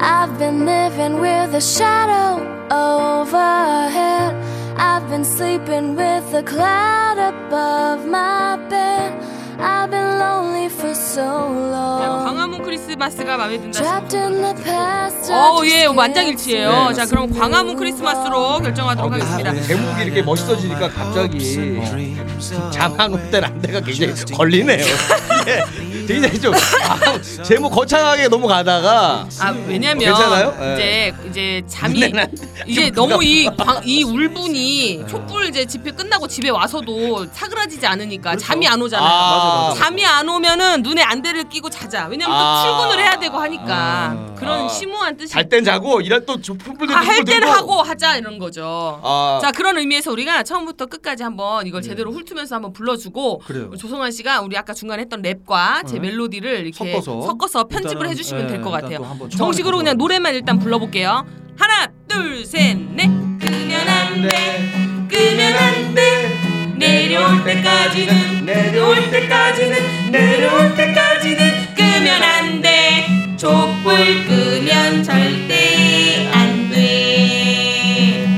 I've been living with a shadow overhead. I've been sleeping with a cloud above my bed. I've been lonely for so 자, long. 광화문 크리스마스가 마음에 든다. Trapped in the past. 어, 예, 완장일치예요. 네, 자, 그럼 광화문 크리스마스로 결정하도록 하겠습니다. 네, 제목이 이렇게 멋있어지니까 갑자기 어, 자망호텔 안대가 굉장히 걸리네요. 네. 아, 예, 굉장히 좀 아, 제목 거창하게 넘어가다가 아, 왜냐면 괜찮아요? 이제 네. 이제 잠이 근데 난 이제 좀 너무 부담- 이 광- 이 울분이 촛불 이제 집회 끝나고 집에 와서도 사그라지지 않으니까 잠이 안 오잖아요. 그렇죠. 아. 잠이 안 오면은 눈에 안대를 끼고 자자. 왜냐면 또 아. 출근을 해야 되고 하니까 그런 아. 심오한 뜻이 잘 땐 자고 이럴 또 촛불들 아, 할 때를 하고 하자 이런 거죠. 아. 자 그런 의미에서 우리가 처음부터 끝까지 한번 이걸 음. 제대로 훑으면서 한번 불러주고 그래요. 네. 조성환 씨가 우리 아까 중간에 했던 랩과 제 멜로디를 이렇게 섞어서. 편집을 일단은, 해주시면 예, 될 것 일단 같아요. 또 한번 정식으로 처음에 그냥 노래만 일단 불러볼게요. 하나 둘셋넷 끄면 안돼 끄면 안돼 내려올 때까지는 내려올 때까지는 내려올 때까지는 끄면 안돼 촛불 끄면 절대 안돼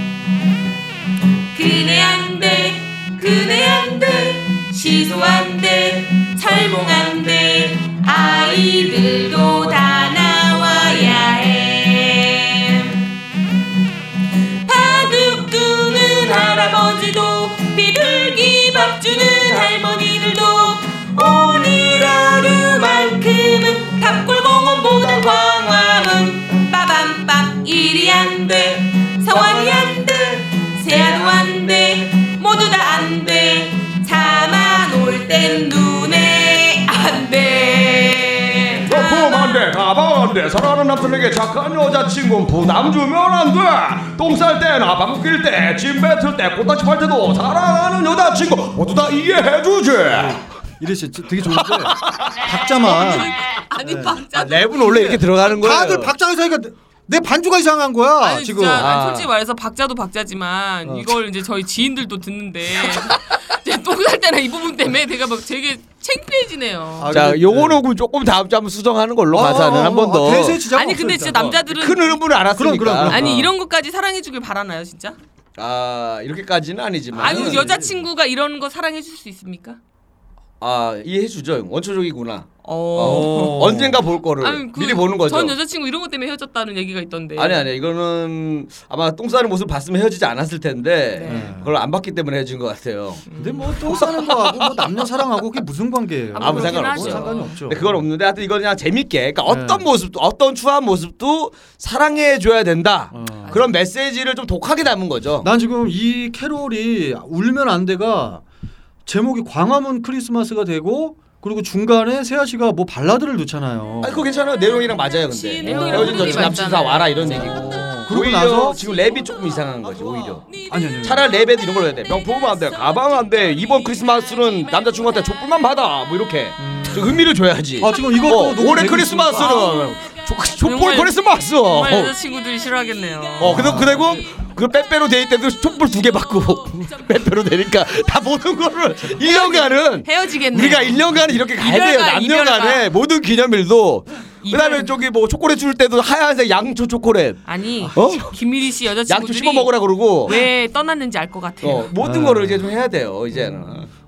그네 안돼 그네 안돼 시소 안돼 철봉 안돼 아이들도 다 나와야 해 바둑 두는 할아버지도 비둘기 밥 주는 할머니들도 오늘 하루만큼은 탑골공원보다 광화문 빠밤빰 일이 안돼 성환이 안돼 세아도 안돼 모두 다 안돼 자만 올 땐 눈에 어, 안돼 품 안돼 가방 안돼 사랑하는 남편에게 착한 여자친구 부담 주면 안돼 똥 쌀 때나 방귀 낄때침 뱉을 때 꽃다시 팔 때도 사랑하는 여자친구 모두 다 이해해 주지 이래 씨 되게 좋은데 박자만 아니 박자 랩은 원래 이렇게 들어가는 다들 박자를 사니까 내 반주가 이상한 거야 아니 지금. 진짜 아니, 아. 어. 솔직히 말해서 박자도 박자지만 이걸 이제 저희 지인들도 듣는데 이제 똥살 때나 이 부분 때문에 내가 막 되게 창피해지네요. 아, 자 근데- 요거는 그럼 조금 다음 주에 한번 수정하는 걸로 아, 가사는 아, 아, 한 번 아, 더 대세 지자가 아, 니 근데 없어, 진짜 일단. 남자들은 큰 흐름을 알았으니까 그럼, 그럼, 그럼. 아니 아. 이런 것까지 사랑해주길 바라나요 진짜? 아 이렇게까지는 아니지만 아니 여자친구가 이런 거 사랑해줄 수 있습니까? 아 이해해 주죠 원초적이구나 어. 어. 언젠가 볼 거를 아니, 그 미리 보는 거죠 전 여자친구 이런 것 때문에 헤어졌다는 얘기가 있던데. 아니 아니 이거는 아마 똥 싸는 모습 봤으면 헤어지지 않았을 텐데 네. 그걸 안 봤기 때문에 헤어진 것 같아요 근데 뭐똥 싸는 거하고 뭐 남녀 사랑하고 그게 무슨 관계예요? 아무 아무 상관 하죠. 없어요 상관이 없죠. 근데 그건 없는데 하여튼 이건 그냥 재밌게 그러니까 그렇죠. 네. 어떤 모습도 어떤 추한 모습도 사랑해 줘야 된다 어. 그런 메시지를 좀 독하게 담은 거죠 난 지금 이 캐롤이 울면 안 돼가 제목이 광화문 크리스마스가 되고 그리고 중간에 세아 씨가 뭐 발라드를 넣잖아요. 아니 그거 괜찮아요 내용이랑 맞아요 근데 그치, 내용이랑 헤어진 흐름이 여친 남친 다 맞잖아요. 와라 이런 얘기고 그러고 오히려 나서- 지금 랩이 조금 이상한 거지 오히려 음. 아니 아니. 차라리 랩에 이런 걸 해야 돼. 명품 안 돼. 가방 안 돼. 이번 크리스마스는 남자친구한테 촛불만 받아. 뭐 이렇게. 좀 의미를 줘야지. 어, 아, 지금 이것도 녹음 올해 되고 크리스마스는 조- 촛불 정말- 크리스마스. 정말 아. 어, 여자친구들이 싫어하겠네요. 어, 그래도 그리고 그 빼빼로 데이 때도 촛불 두 개 받고 빼빼로 되니까 다 모든 거를 1년간은 헤어지겠네. 우리가 1년간 이렇게 가야 돼요. 이별가, 이별가. 남녀간에 모든 기념일도 그다음에 이별. 저기 뭐 초콜릿 줄 때도 하얀색 양초 초콜릿. 아니 어? 김미리 씨 양초 그 여자친구들이 씹어 먹으라 그러고. 왜 떠났는지 알 것 같아요. 어, 모든 거를 이제 좀 해야 돼요. 이제는.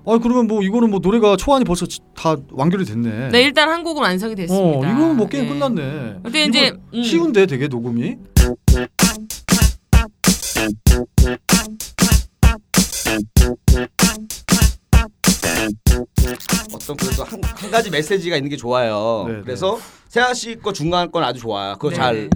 아 그러면 뭐 이거는 뭐 노래가 초안이 벌써 지- 다 완결이 됐네. 네 일단 한 곡은 완성이 됐습니다. 어 이거는 뭐 게임 네. 끝났네. 근데 이제, 이거 음. 쉬운데 되게 녹음이. 어떤 그래도 한, 한 가지 메시지가 있는 게 좋아요. 네, 네. 그래서 세아 씨 거 중간 건 아주 좋아요. 그거 네. 잘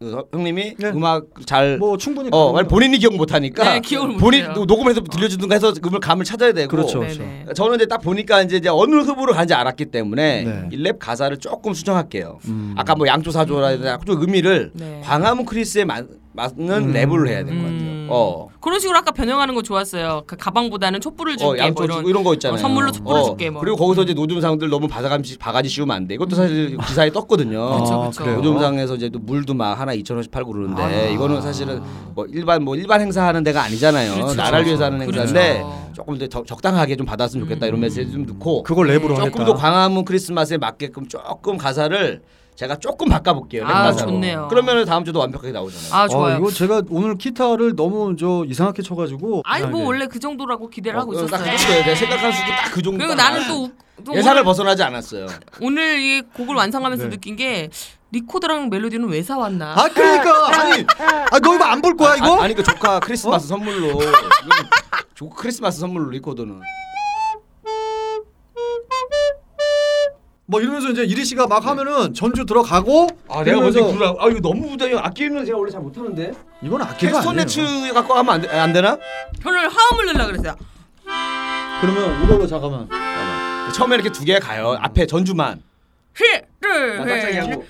그, 형님이 네. 음악 잘 뭐 충분히. 어, 가능해요. 아니, 본인이 기억 못 하니까 네, 기억을 못 본인 해요. 녹음해서 들려주든가 해서 음을 감을 찾아야 되고 그렇죠. 네네. 그렇죠. 저는 이제 딱 보니까 이제, 이제 어느 흡으로 간지 알았기 때문에 네. 이 랩 가사를 조금 수정할게요. 음. 아까 뭐 양조사조라든가 좀 의미를 네. 광화문 크리스에 만 맞는 랩을 해야 될 것 같아요. 음. 어. 그런 식으로 아까 변형하는 거 좋았어요. 그 가방보다는 촛불을 어, 줄게 뭐 양쪽 이런. 이런, 이런 거 있잖아요. 어, 선물로 촛불을 어, 줄게 뭐. 그리고 거기서 이제 노점상들 너무 바가지 바가지 씌우면 안 돼. 이것도 사실 기사에 떴거든요. 음. 그쵸, 아, 그쵸. 그래요? 아. 노점상에서 이제 또 물도 막 하나 2,000원씩 팔고 그러는데 이거는 사실은 뭐 일반 뭐 일반 행사하는 데가 아니잖아요. 그렇죠. 나라를 위해서 하는 그렇죠. 음. 행사인데 조금 더 적- 적당하게 좀 받았으면 좋겠다 이런 메시지 좀 넣고 그걸 어, 랩으로 그러니까. 하겠다. 조금 더 광화문 크리스마스에 맞게끔 조금 가사를 제가 조금 바꿔볼게요. 랩 아, 가사로. 좋네요. 그러면 다음 주도 완벽하게 나오잖아요. 아 아, 좋아요. 이거 제가 오늘 기타를 너무 저 이상하게 쳐가지고 네. 아니 뭐 이상하게. 원래 그 정도라고 기대를 하고 어, 딱 있었어요. 했어요. 내가 생각한 수도 딱 그 정도. 아, 그리고 나는 또, 우- 또 예산을 오늘, 벗어나지 않았어요. 오늘 이 곡을 완성하면서 네. 느낀 게 리코더랑 멜로디는 왜 사왔나? 아 그러니까 아니 아, 너 이거 안 볼 거야 이거? 아, 아니 그 조카 어? 크리스마스 선물로 이건 조 크리스마스 선물로 리코더는 뭐 이러면서 이제 이리 씨가 막 하면은 전주 들어가고 아 내가 먼저 그러면서 부르라. 아 이거 너무 부자요. 아끼는 제가 원래 잘 못하는데. 이건 아끼가 아니에요. 캐스터네츠 갖고 하면 안, 되, 안 되나? 별로 화음을 내려 그랬어요. 그러면 이걸로 잠깐만. 처음에 이렇게 두 개 가요. 앞에 전주만. 나 짝짝이 뭐. 힐, 하고.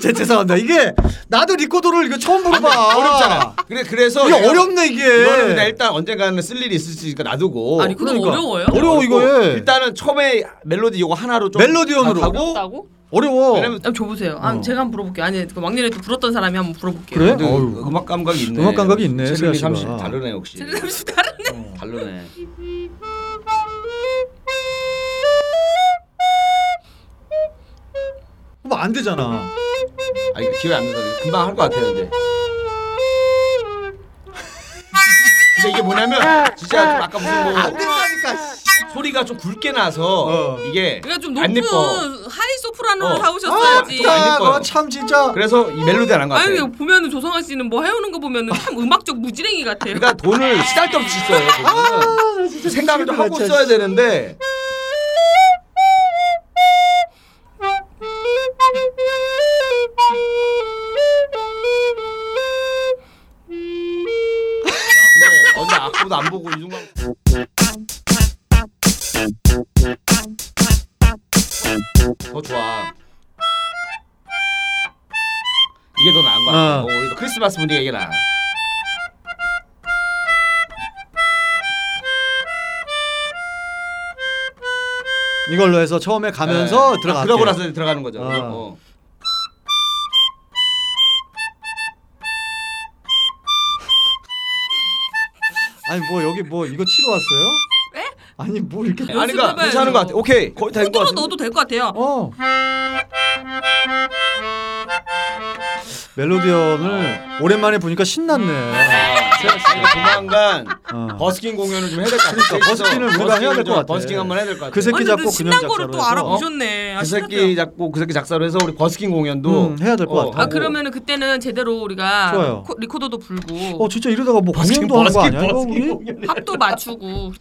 제 죄송합니다. 이게 나도 리코더를 이거 처음 안 돼. 불어봐. 어렵잖아. 그래 그래서 이게 내가- 어렵네 이게. 이거는 그냥 일단 언젠가는 쓸 일이 있을 수 있으니까 놔두고. 아 리코더 그러니까. 어려워요? 어려워 그리고 이거에. 일단은 처음에 멜로디 이거 하나로 좀 멜로디언으로. 하고 어렵다고? 어려워. 왜냐면 아, 줘보세요. 아, 어. 제가 한번 불어볼게요. 아니 그 왕년에 또 불었던 사람이 한번 불어볼게요. 그래? 근데 네? 어휴. 음악 감각이 있네. 음악 감각이 있네, 세아 체력이 씨가. 30 다르네 역시. 어. 잠시 다른데. 다르네. 뭐안 되잖아. 아 이거 기회 안 나서 금방 할 것 같아요 근데. 근데 이게 뭐냐면 진짜 좀 아까 무슨 안 뭐 된다니까. 씨. 소리가 좀 굵게 나서 어. 이게 그러니까 좀 안 높은 예뻐. 하이 소프라노 어. 아, 사오셨어야지. 아, 진짜 안 예뻐요. 그거 참 진짜. 그래서 이 멜로디 안한것 아니 같아요. 이거 보면은 조성아 씨는 뭐 해오는 거 보면은 참 음악적 무지랭이 같아요. 그러니까 돈을 시달떡없이 써요. 아. 돈은. 생각을 좀 하고 진짜. 써야 되는데 근데 언제 악보도 안 보고 이 중간 더 좋아. 이게 더 나은 것 같아. 어. 어. 우리도 크리스마스 분위기가 이게 나. 이걸로 해서 처음에 가면서 들어가. 그러고 나서 네. 아, 들어가는 거죠. 어. 어. 아니 뭐 여기 뭐 이거 치러 왔어요? 아니 뭐 이렇게. 아니 그러니까 연습해봐야죠. 괜찮은 것 같아. 오케이 거의 다된것 코드로 같아. 넣어도 될 것 같아요. 어. 멜로디언을 오랜만에 보니까 신났네. 아, 조만간 어. 버스킹 공연을 좀 해야 될 것 같아. 그러니까 버스킹을 우리가 버스킹을 해야 될것 좀 같아. 버스킹 한번 해야 될 것 같아. 그 새끼 아니, 작곡 근데 신난 그냥 거를 또 작사로 해서. 알아보셨네. 아, 그 새끼 신났어요. 작곡 그 새끼 작사로 해서 우리 버스킹 공연도 음, 해야 될것 어, 같아. 아 하고. 그러면은 그때는 제대로 우리가 좋아요. 코- 리코더도 불고 어 진짜 이러다가 뭐 버스킹, 공연도 한 거 버스킹, 아니야 이거 버스킹 우리? 합도 맞추고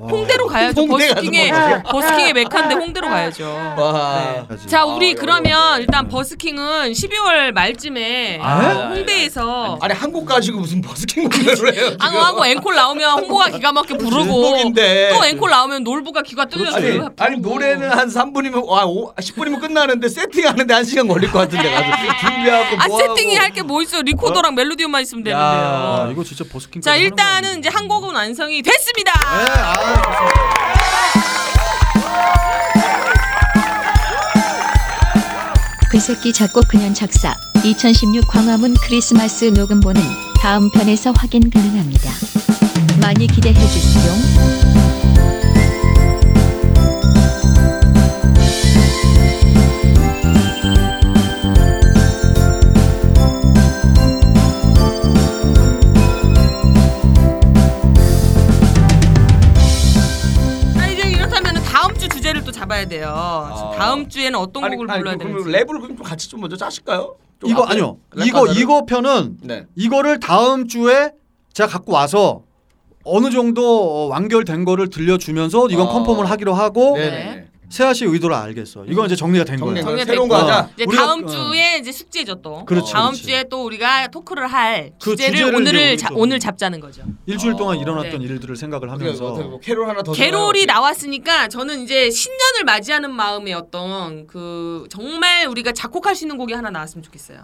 홍대로 가야죠. 홍대 가서 버스킹에 먹어요. 버스킹의 메카인데 홍대로 가야죠. 와. 자 아, 우리 이거 그러면 일단 버스킹은 12월 말쯤에 아, 홍대에서 네? 아, 아니 한국 가지고 무슨 버스킹 공연을 해요? 지금. 앙하고 앵콜 나오면 홍보가 기가 막히게 부르고 중복인데. 또 앵콜 나오면 놀부가 귀가 뚫려서 아니, 부르고. 아니 노래는 한 3분이면 와 10분이면 끝나는데 세팅하는데 한 시간 걸릴 것 같은데 가서 준비하고 아 뭐 세팅이 할 게 뭐 있어요? 리코더랑 멜로디만 있으면 되는데요. 아 이거 진짜 버스킹. 자 일단은 이제 한 곡은 완성이 됐습니다. 그 새끼 작곡 그년 작사 2016 광화문 크리스마스 녹음본은 다음 편에서 확인 가능합니다. 많이 기대해 주시오. 자 이제 이렇다면 다음 주 주제를 또 잡아야 돼요. 다음 주에는 어떤 아니, 곡을 아니, 불러야 그럼 되는지. 랩을 그럼 좀 같이 좀 먼저 짜실까요? 좀 이거 앞에 아니요. 랩 이거 가사를? 이거 편은 네. 이거를 다음 주에 제가 갖고 와서 어느 정도 어, 완결된 거를 들려주면서 이건 어. 컨펌을 하기로 하고 네네. 세아 씨의 의도를 알겠어. 이건 이제 정리가 된 정리가 거야. 정리가 됐고. 새로운 거 하자. 이제 우리가- 다음 어. 주에 이제 숙제죠 또. 그렇지, 다음 그렇지. 주에 또 우리가 토크를 할 그 주제를, 주제를 오늘을 이제 자- 우리 좀- 오늘 잡자는 거죠. 일주일 동안 어, 일어났던 네. 일들을 생각을 그래서 어떻게 하면서 뭐 캐롤 하나 더 게롤이 주나요? 나왔으니까 저는 이제 신년을 맞이하는 마음의 어떤 그 정말 우리가 작곡할 수 있는 곡이 하나 나왔으면 좋겠어요.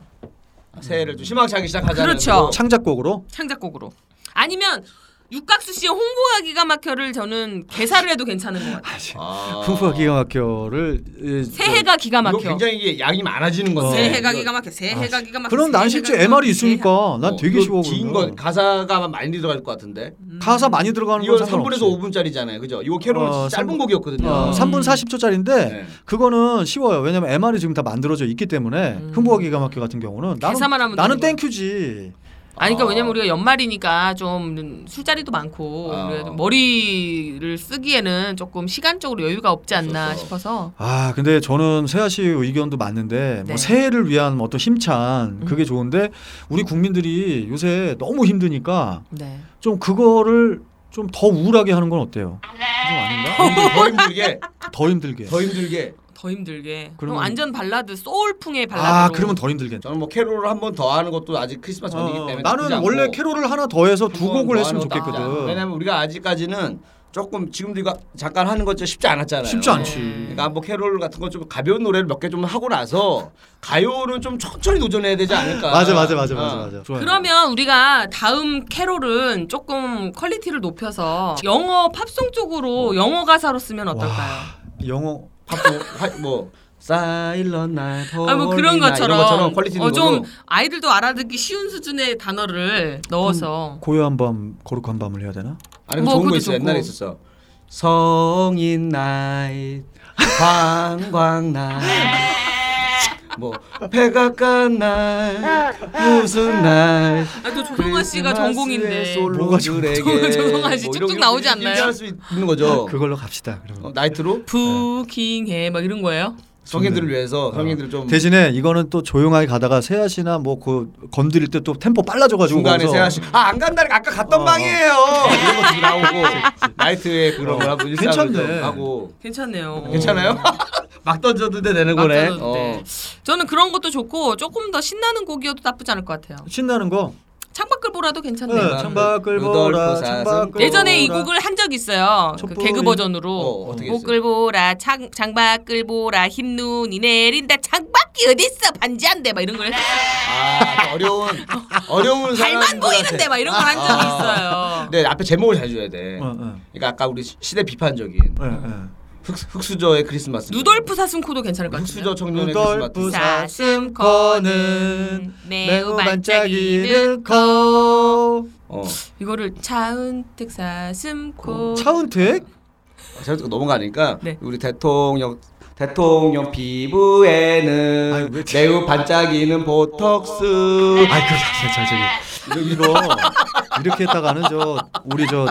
새해를 좀 희망차게 시작하자. 그렇죠. 창작곡으로 창작곡으로. 아니면 육각수 씨의 홍보가 기가 막혀를 저는 개사를 해도 괜찮은 것 같아요. 아, 후보가 기가 막혀를 예, 네. 이- 새해가 기가 이거 막혀. 굉장히 이게 양이 많아지는 건데. 새해가 어, 이거- 기가 막혀. 새해가 기가 막혀. 아, 그럼 난 심지어 새해가 MR이 기가 막혀. 있으니까 난 어, 되게 이거 쉬워 긴 그러면. 건 가사가 많이 들어갈 것 같은데. 가사 많이 들어가는 건 음. 이건 음. 상관없어. 3분에서 5분짜리잖아요. 그죠? 이거 캐롤 어, 짧은 삼- 곡이었거든요. 어, 3분 40초짜리인데 네. 그거는 쉬워요. 왜냐면 MR이 지금 다 만들어져 있기 때문에 음. 흥보와 기가 막혀 같은 경우는 개사만 나는, 하면 나는 되는 땡큐지. 아니 그러니까 아. 왜냐면 우리가 연말이니까 좀 술자리도 많고 아. 우리가 좀 머리를 쓰기에는 조금 시간적으로 여유가 없지 않나 없어서. 싶어서 아 근데 저는 세아 씨 의견도 맞는데 네. 뭐 새해를 위한 음. 어떤 힘찬 그게 좋은데 우리 국민들이 요새 너무 힘드니까 네. 좀 그거를 좀 더 우울하게 하는 건 어때요? 좀 아닌가? 더 힘들게 더 힘들게. 더 힘들게 더 힘들게. 그럼 그러면- 완전 발라드 소울풍의 발라드로. 아 그러면 더 힘들겠다. 저는 뭐 캐롤을 한 번 더 하는 것도 아직 크리스마스 전이기 어, 때문에 나쁘지 나는 않고 원래 캐롤을 하나 더해서 한 두 번더 곡을 했으면 하는 것도 나쁘지 않아. 좋겠거든. 왜냐면 우리가 아직까지는 조금 지금도 이거 잠깐 하는 것좀 쉽지 않았잖아요. 쉽지 않지. 그러니까 뭐 캐롤 같은 거 좀 가벼운 노래를 몇 개 좀 하고 나서 가요는 좀 천천히 도전해야 되지 않을까. 맞아 맞아 맞아 맞아 어. 맞아. 좋아요. 그러면 우리가 다음 캐롤은 조금 퀄리티를 높여서 영어 팝송 쪽으로 영어 가사로 쓰면 어떨까요? 영어 팝송 하- 뭐 사일런 날 아 뭐 그런 것처럼, 어, 네, 이런 것처럼 퀄리티 있는 어, 좀 걸로 아이들도 알아듣기 쉬운 수준의 단어를 넣어서 고요한 밤 거룩한 밤을 해야 되나? 아니 뭐 뭐 좋은 거 그것도 있어 좋고. 옛날에 있었어 성인 나이 관광 나이 뭐 배가 깐날 무슨 날 아, 또 조성아 씨가 전공인데 뭐가 조- 솔로들에게 조성아 씨 쭉쭉 나오지 않나요? 할수 있는 거죠 그걸로 갑시다. 그러면. 어, 나이트로 부킹해 막 이런 거예요? 성인들을 위해서 성인들을 좀 대신에 이거는 또 조용하게 가다가 세아 씨나 뭐 그 건드릴 때 또 템포 빨라져가지고 중간에 거기서 세아 씨아안 간다니까 아까 갔던 어, 어. 방이에요 뭐 이런 것들이 나오고 나이트에 그런 걸 하고 일상을 좀 괜찮네. 하고 괜찮네요. 괜찮아요? 막 던졌는데 되는 막 거네. 던졌는데. 어. 저는 그런 것도 좋고 조금 더 신나는 곡이어도 나쁘지 않을 것 같아요. 신나는 거. 창밖을 보라도 괜찮네요. 네, 창밖을 보라. 루돌프 창밖을 그 사슴. 예전에 이 보라. 곡을 한 적 있어요. 그 촛불이- 개그 버전으로 어, 어떻게 목을 했어요? 보라, 창, 장밖을 보라, 흰 눈이 내린다, 창밖이 어딨어, 반지 안 돼, 막 이런 걸 했어요. 아, 그 어려운 어려운 그 사람. 발만 보이는데, 막 이런 걸 한 아. 적이 있어요. 네, 앞에 제목을 잘 줘야 돼. 어, 어. 그러니까 아까 우리 시- 시대 비판적인 예, 예. 흑, 수저의 크리스마스. 누돌프 사슴코도 괜찮을 것 같아요. 흑수저 청년의 루돌프 크리스마스. 사슴코는 매우 반짝이는 코. 어. 이거를 차은택 사슴코 차은택? 제가 넘어가니까 네. 우리 대통령 대통령 피부에는 아유, 왜- 매우 반짝이는 보톡스. 아이 그 자, 자, 저기 이거 이렇게 했다가는 저 우리 저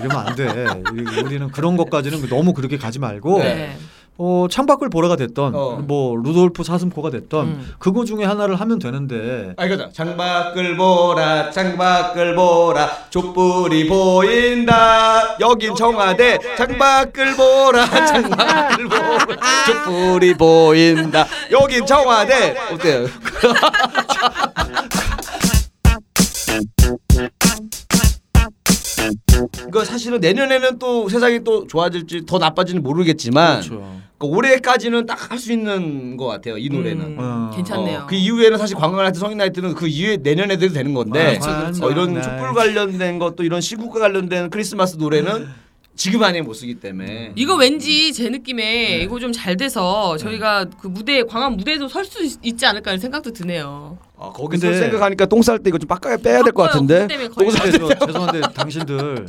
이러면 안 돼. 우리- 우리는 그런 것까지는 너무 그렇게 가지 말고 네. 어 창밖을 보라가 됐던 어. 뭐 루돌프 사슴코가 됐던 음. 그거 중에 하나를 하면 되는데 아 이거죠. 장밖을 보라, 장밖을 보라, 촛불이 보인다. 여긴 청와대. 장밖을 보라, 장밖을 보라, 촛불이 보인다. 여긴 청와대. 어때요? 이거 사실은 내년에는 또 세상이 또 좋아질지 더 나빠질지 모르겠지만 그렇죠. 그러니까 올해까지는 딱 할 수 있는 것 같아요. 이그 노래는. 음, 어. 괜찮네요. 어, 그 이후에는 사실 관광나이트 성인나이트는 그 이후에 내년에 도 되는 건데 맞아, 맞아. 어, 이런 나이트. 촛불 관련된 것도 이런 시국과 관련된 크리스마스 노래는 지금 아니면 못 쓰기 때문에 이거 왠지 제 네. 느낌에 이거 좀 잘 돼서 저희가 그 무대 광화문 무대에도 설 수 있지 않을까 하는 생각도 드네요. 아, 거기서 근데- 생각하니까 똥 쌀 때 이거 좀 빡가게 빼야 될 것 바꿔요. 같은데 그것 아, 때문에 걸려요. 똥쌀 근데 저 죄송한데 당신들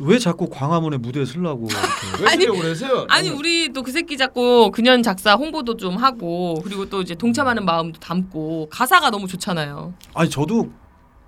왜 자꾸 광화문에 무대에 서려고 이렇게. 왜 쓰려고 그러세요? 아니 우리 또 그 새끼 작곡 근현 작사 홍보도 좀 하고 그리고 또 이제 동참하는 마음도 담고 가사가 너무 좋잖아요. 아니 저도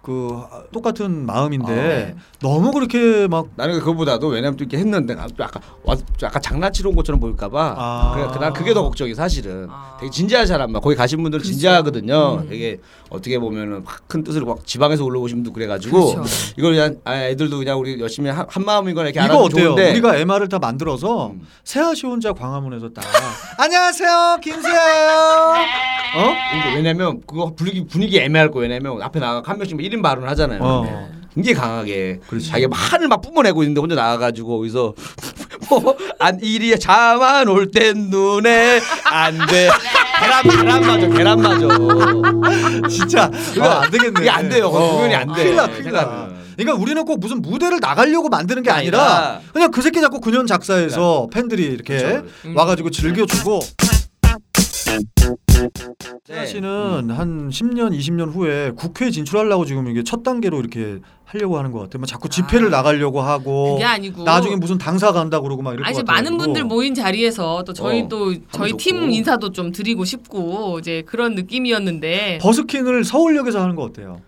그 아, 똑같은 아, 네. 마음인데 너무 그렇게 막 나는 그거보다도 왜냐면 또 이렇게 했는데 나 또 아까 와- 좀 아까 장난치러 온 것처럼 보일까봐 아. 그래 난 그게 더 걱정이 사실은 아. 음. 되게 진지한 사람 막 거기 가신 분들은 진지하거든요 되게 어떻게 보면은 막큰 뜻을 막 지방에서 올라오신 분도 그래가지고 그렇죠. 이걸 그냥 아, 애들도 그냥 우리 열심히 한, 한 마음이거나 이렇게 이거 알아도 어때요? 좋은데 우리가 MR을 다 만들어서 음. 세아씨 혼자 광화문에서 딱 안녕하세요 김세아요. 어? 이거 그러니까 왜냐면 그거 분위기 분위기 애매할 거 왜냐면 앞에 나가 한 명씩 막 1인 발언 하잖아요 네. 어. 굉장히 강하게 자기가 막 한을 막 뿜어내고 있는데 혼자 나가가지고 거기서 뭐안 이리 자만 올 땐 눈에 안돼 계란 계란 맞아 계란 맞아 진짜 이거 안 되겠네. 어. 이게 안 돼요. 공연이 안 돼. 큰일 나, 큰일 나. 생각하면. 그러니까 우리는 꼭 무슨 무대를 나가려고 만드는 게 아니라 아니라 네. 그냥 그 새끼 자꾸 근현 작사에서 팬들이 이렇게 와가지고 즐겨주고. 네. 세아 네. 씨는 음. 한 10년, 20년 후에 국회 진출하려고 지금 이게 첫 단계로 이렇게 하려고 하는 것 같아요. 막 자꾸 집회를 아. 나가려고 어, 하고 그게 아니고 나중에 뭐 무슨 당사 간다 그러고 막 이럴 아니 것 이제 같아요. 많은 분들 뭐 모인 자리에서 또 저희 어, 또 저희 좋고. 팀 인사도 좀 드리고 싶고 이제 그런 느낌이었는데 버스킹을 서울역에서 하는 거 어때요?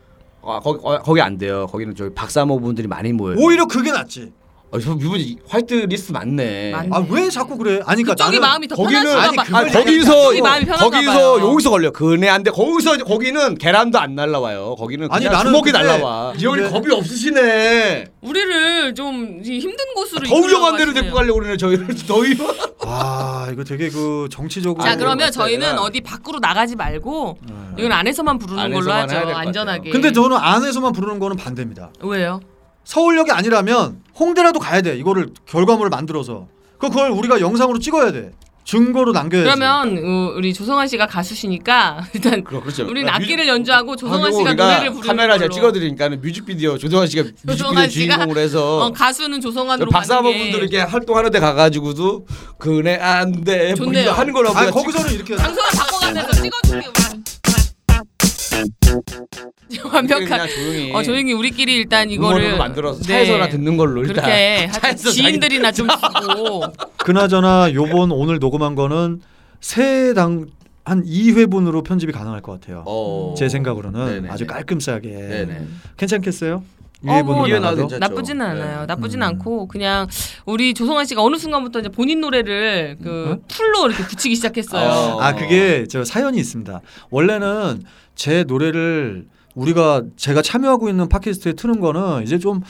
아 거기 어, 거기 안 돼요 거기는 저기 박사모 분들이 많이 네. 모여요 오히려 그게 낫지. 어, 저 이분 화이트 리스트 많네 많네. 아 왜 자꾸 그래? 아니 그러니까 음. 그쪽이 나는 마음이 더 거기는 편하신가 아니 봐. 그걸 아니, 그걸 거기서 자기 마음이 편한가 거기서 봐요. 여기서 걸려 그네 안돼 거기서 이제 거기는 계란도 안 날라와요 거기는 아니, 그냥 나는 주먹이 근데- 날라와 이 형이 근데- 겁이 없으시네 우리를 좀 이- 힘든 곳으로 아, 더 위험한 데로 데로 데리고 가려고 그러네 저희를 더 위험 와 이거 되게 그 정치적으로 자 그러면 아, 맞다, 저희는 얘가. 어디 밖으로 나가지 말고 네. 이건 안에서만 부르는 걸로 안에서만 하죠 해야 될것 같아요. 안전하게 예. 근데 저는 안에서만 부르는 거는 반대입니다. 왜요? 서울역이 아니라면 홍대라도 가야 돼. 이거를 결과물을 만들어서 그- 그걸 우리가 영상으로 찍어야 돼. 증거로 남겨야지. 그러면 어, 우리 조성환 씨가 가수시니까 일단 그럼 그렇죠. 우리는 뮤직- 악기를 연주하고 조성환 하고 씨가 아, 우리가 노래를 부르는 카메라 걸로 제가 찍어드리니까 뮤직비디오 조성환 씨가 뮤직비디오 조성환 씨가 주인공으로 해서 어, 가수는 조성환으로 가는 게 박사모분들 이렇게 활동하는 데 가가지고도 그네 안돼 뭐 좋네요. 이거 하는 거라고 아 거기서는 이렇게 장소를 바꿔가면서 네. 찍어줄게요 완벽한 그냥 조용히 어 조용히 우리끼리 일단 이거를 이거를 만들어서 네. 차에서나 듣는 걸로 일단 그렇게 하여튼 지인들이나 좀 주고 그나저나 요번 오늘 녹음한 거는 세당 한 2회분으로 편집이 가능할 것 같아요. 어. 제 생각으로는 네네네. 아주 깔끔싸게 네네. 음. 괜찮겠어요? 어, 뭐 2회분으로 이해는 나가도? 하겠죠. 괜찮죠. 나쁘지는 네. 않아요. 나쁘진 음. 않고 그냥 우리 조성환 씨가 어느 순간부터 이제 본인 노래를 그 어? 풀로 이렇게 붙이기 시작했어요. 어. 아 그게 저 사연이 있습니다. 원래는 제 노래를 우리가 제가 참여하고 있는 팟캐스트에 트는 거는 이제 좀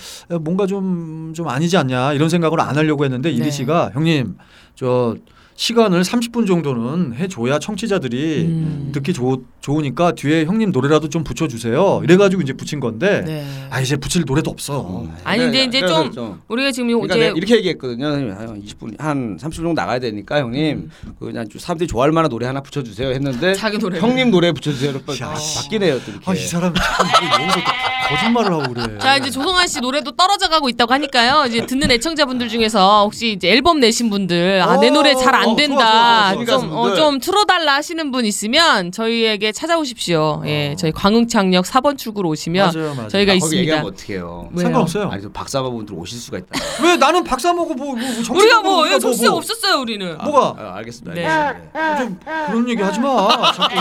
뭔가 좀 좀 아니지 않냐 이런 생각을 안 하려고 했는데 네. 이리 씨가 형님 저 시간을 30분 정도는 해줘야 청취자들이 음. 듣기 좋, 좋으니까 뒤에 형님 노래라도 좀 붙여주세요. 이래가지고 이제 붙인 건데 네. 아 이제 붙일 노래도 없어. 아니, 이제- 이제 좀 우리가 지금 그러니까 이제 내가 이렇게 얘기했거든요. 형님, 한 20분 한 30분 정도 나가야 되니까 형님 그 그냥 좀 사람들이 좋아할 만한 노래 하나 붙여주세요 했는데 음. 자기 노래 형님 노래 붙여주세요. 이렇게 야, 바뀌네요. 또 이렇게. 아 이 사람 참 이거 여기서 거짓말을 하고 그래. 자 이제 조성환 씨 노래도 떨어져 가고 있다고 하니까요. 이제 듣는 애청자분들 중에서 혹시 이제 앨범 내신 분들 아 내 어, 노래 잘 어, 좋아, 안 된다 좋아, 좋아. 좀 어, 가수분들. 좀 틀어달라 하시는 분 있으면 저희에게 찾아오십시오. 예, 저희 광흥창역 4번 출구로 오시면 맞아요, 맞아요. 저희가 아, 어. 거기 있습니다. 얘기하면 어떡해요. 왜요? 상관없어요. 아니 저 박사분들 오실 수가 있다. 왜 나는 박사 먹고 뭐, 뭐 정치 우리가 먹고 뭐 우리가 예, 정치적 뭐- 없었어요 우리는. 아, 뭐가? 아, 알겠습니다. 네. 알겠습니다. 좀 그런 얘기 하지 마. 자꾸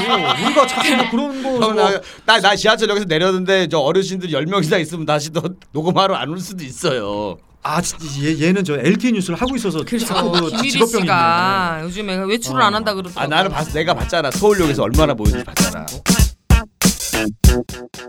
우리가 자꾸 뭐 그런 거. 그럼 뭐- 나, 나, 나 지하철역에서 내렸는데 저 어르신들 10명 이상 있으면 다시 또 녹음하러 안 올 수도 있어요. 아, 진짜 얘 얘는 저 LTE 뉴스를 하고 있어서 자꾸 그래서 그 그렇죠. 김일희 직업병이 씨가 요즘에 외출을 어. 안 한다 아 그러더라고. 나는 봤, 내가 봤잖아. 서울역에서 얼마나 모였는지 봤잖아.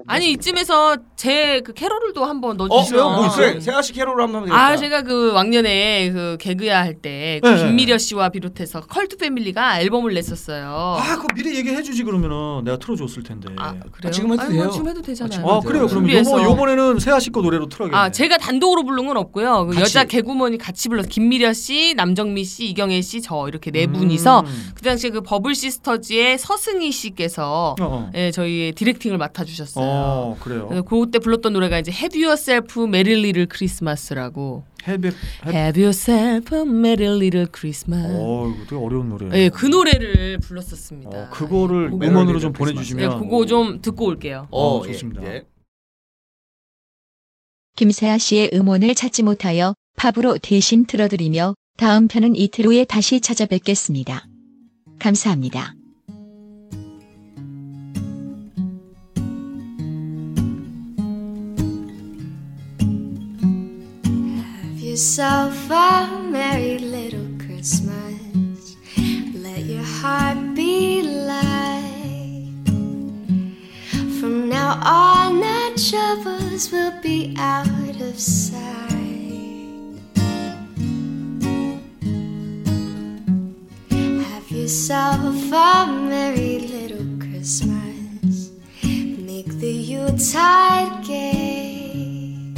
아니 이쯤에서 제 그 캐롤도 한번 넣어주세요. 뭐 있어요? 그래, 세아 씨 캐롤을 한번 하면 되겠다. 네. 아 제가 그 왕년에 그 개그야 할때 네, 김미려 씨와 비롯해서 컬투 패밀리가 앨범을 냈었어요. 있네. 아, 그거 미리 얘기해 주지 그러면은 내가 틀어 줬을 텐데. 아, 아, 그래요? 아, 지금 해도 아니, 뭐 돼요. 지금 해도 되잖아요. 아, 그래요. 그럼 준비해서. 요번 요번에는 세아 씨거 노래로 틀어야겠네. 아 제가 단독으로 부른 건 없고요. 그 같이. 여자 개구먼이 같이 불러서 김미려 씨, 남정미 씨, 이경혜 씨, 저 이렇게 네 분이서 음. 그 당시에 그 버블 시스터즈의 서승희 씨께서 어, 어. 예, 저희의 디렉팅을 맡아주셨어요. 어, 그래요. 그래서 그때 불렀던 노래가 이제 Have Yourself Merry Little Christmas라고. 헤비 헤비. Have Yourself a Merry Little Christmas. 어, 이거 되게 어려운 노래. 예, 그 노래를 불렀었습니다. 어, 그거를 그거- 음원으로 좀 크리스마스. 보내 예, 주시면 그거 좀 듣고 올게요. 어, 어, 좋습니다. 예, 예. 김세아 씨의 음원을 찾지 못하여 팝으로 대신 틀어드리며 다음 편은 이틀 후에 다시 찾아뵙겠습니다. 감사합니다. yourself a merry little Christmas. Let your heart be light. From now on, our troubles will be out of sight. Have yourself a merry little Christmas. Make the Yuletide gay.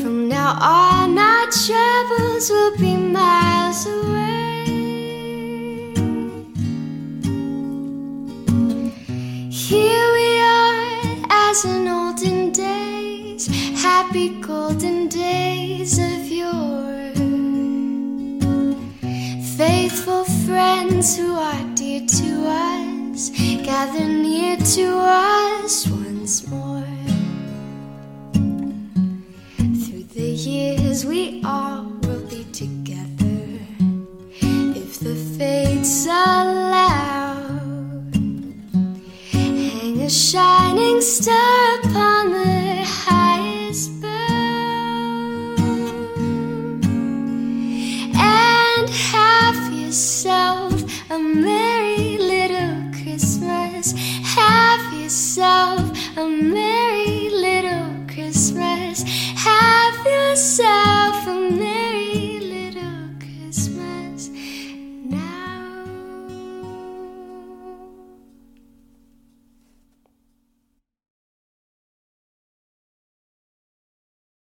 From now on, our travels will be miles away. Here we are, as in olden days, happy golden days of yore. Faithful friends who are dear to us, gather near to us once more. Through the years, we all will be together if the fates allow. Hang a shining star upon the highest bough and have yourself a merry little Christmas. Have yourself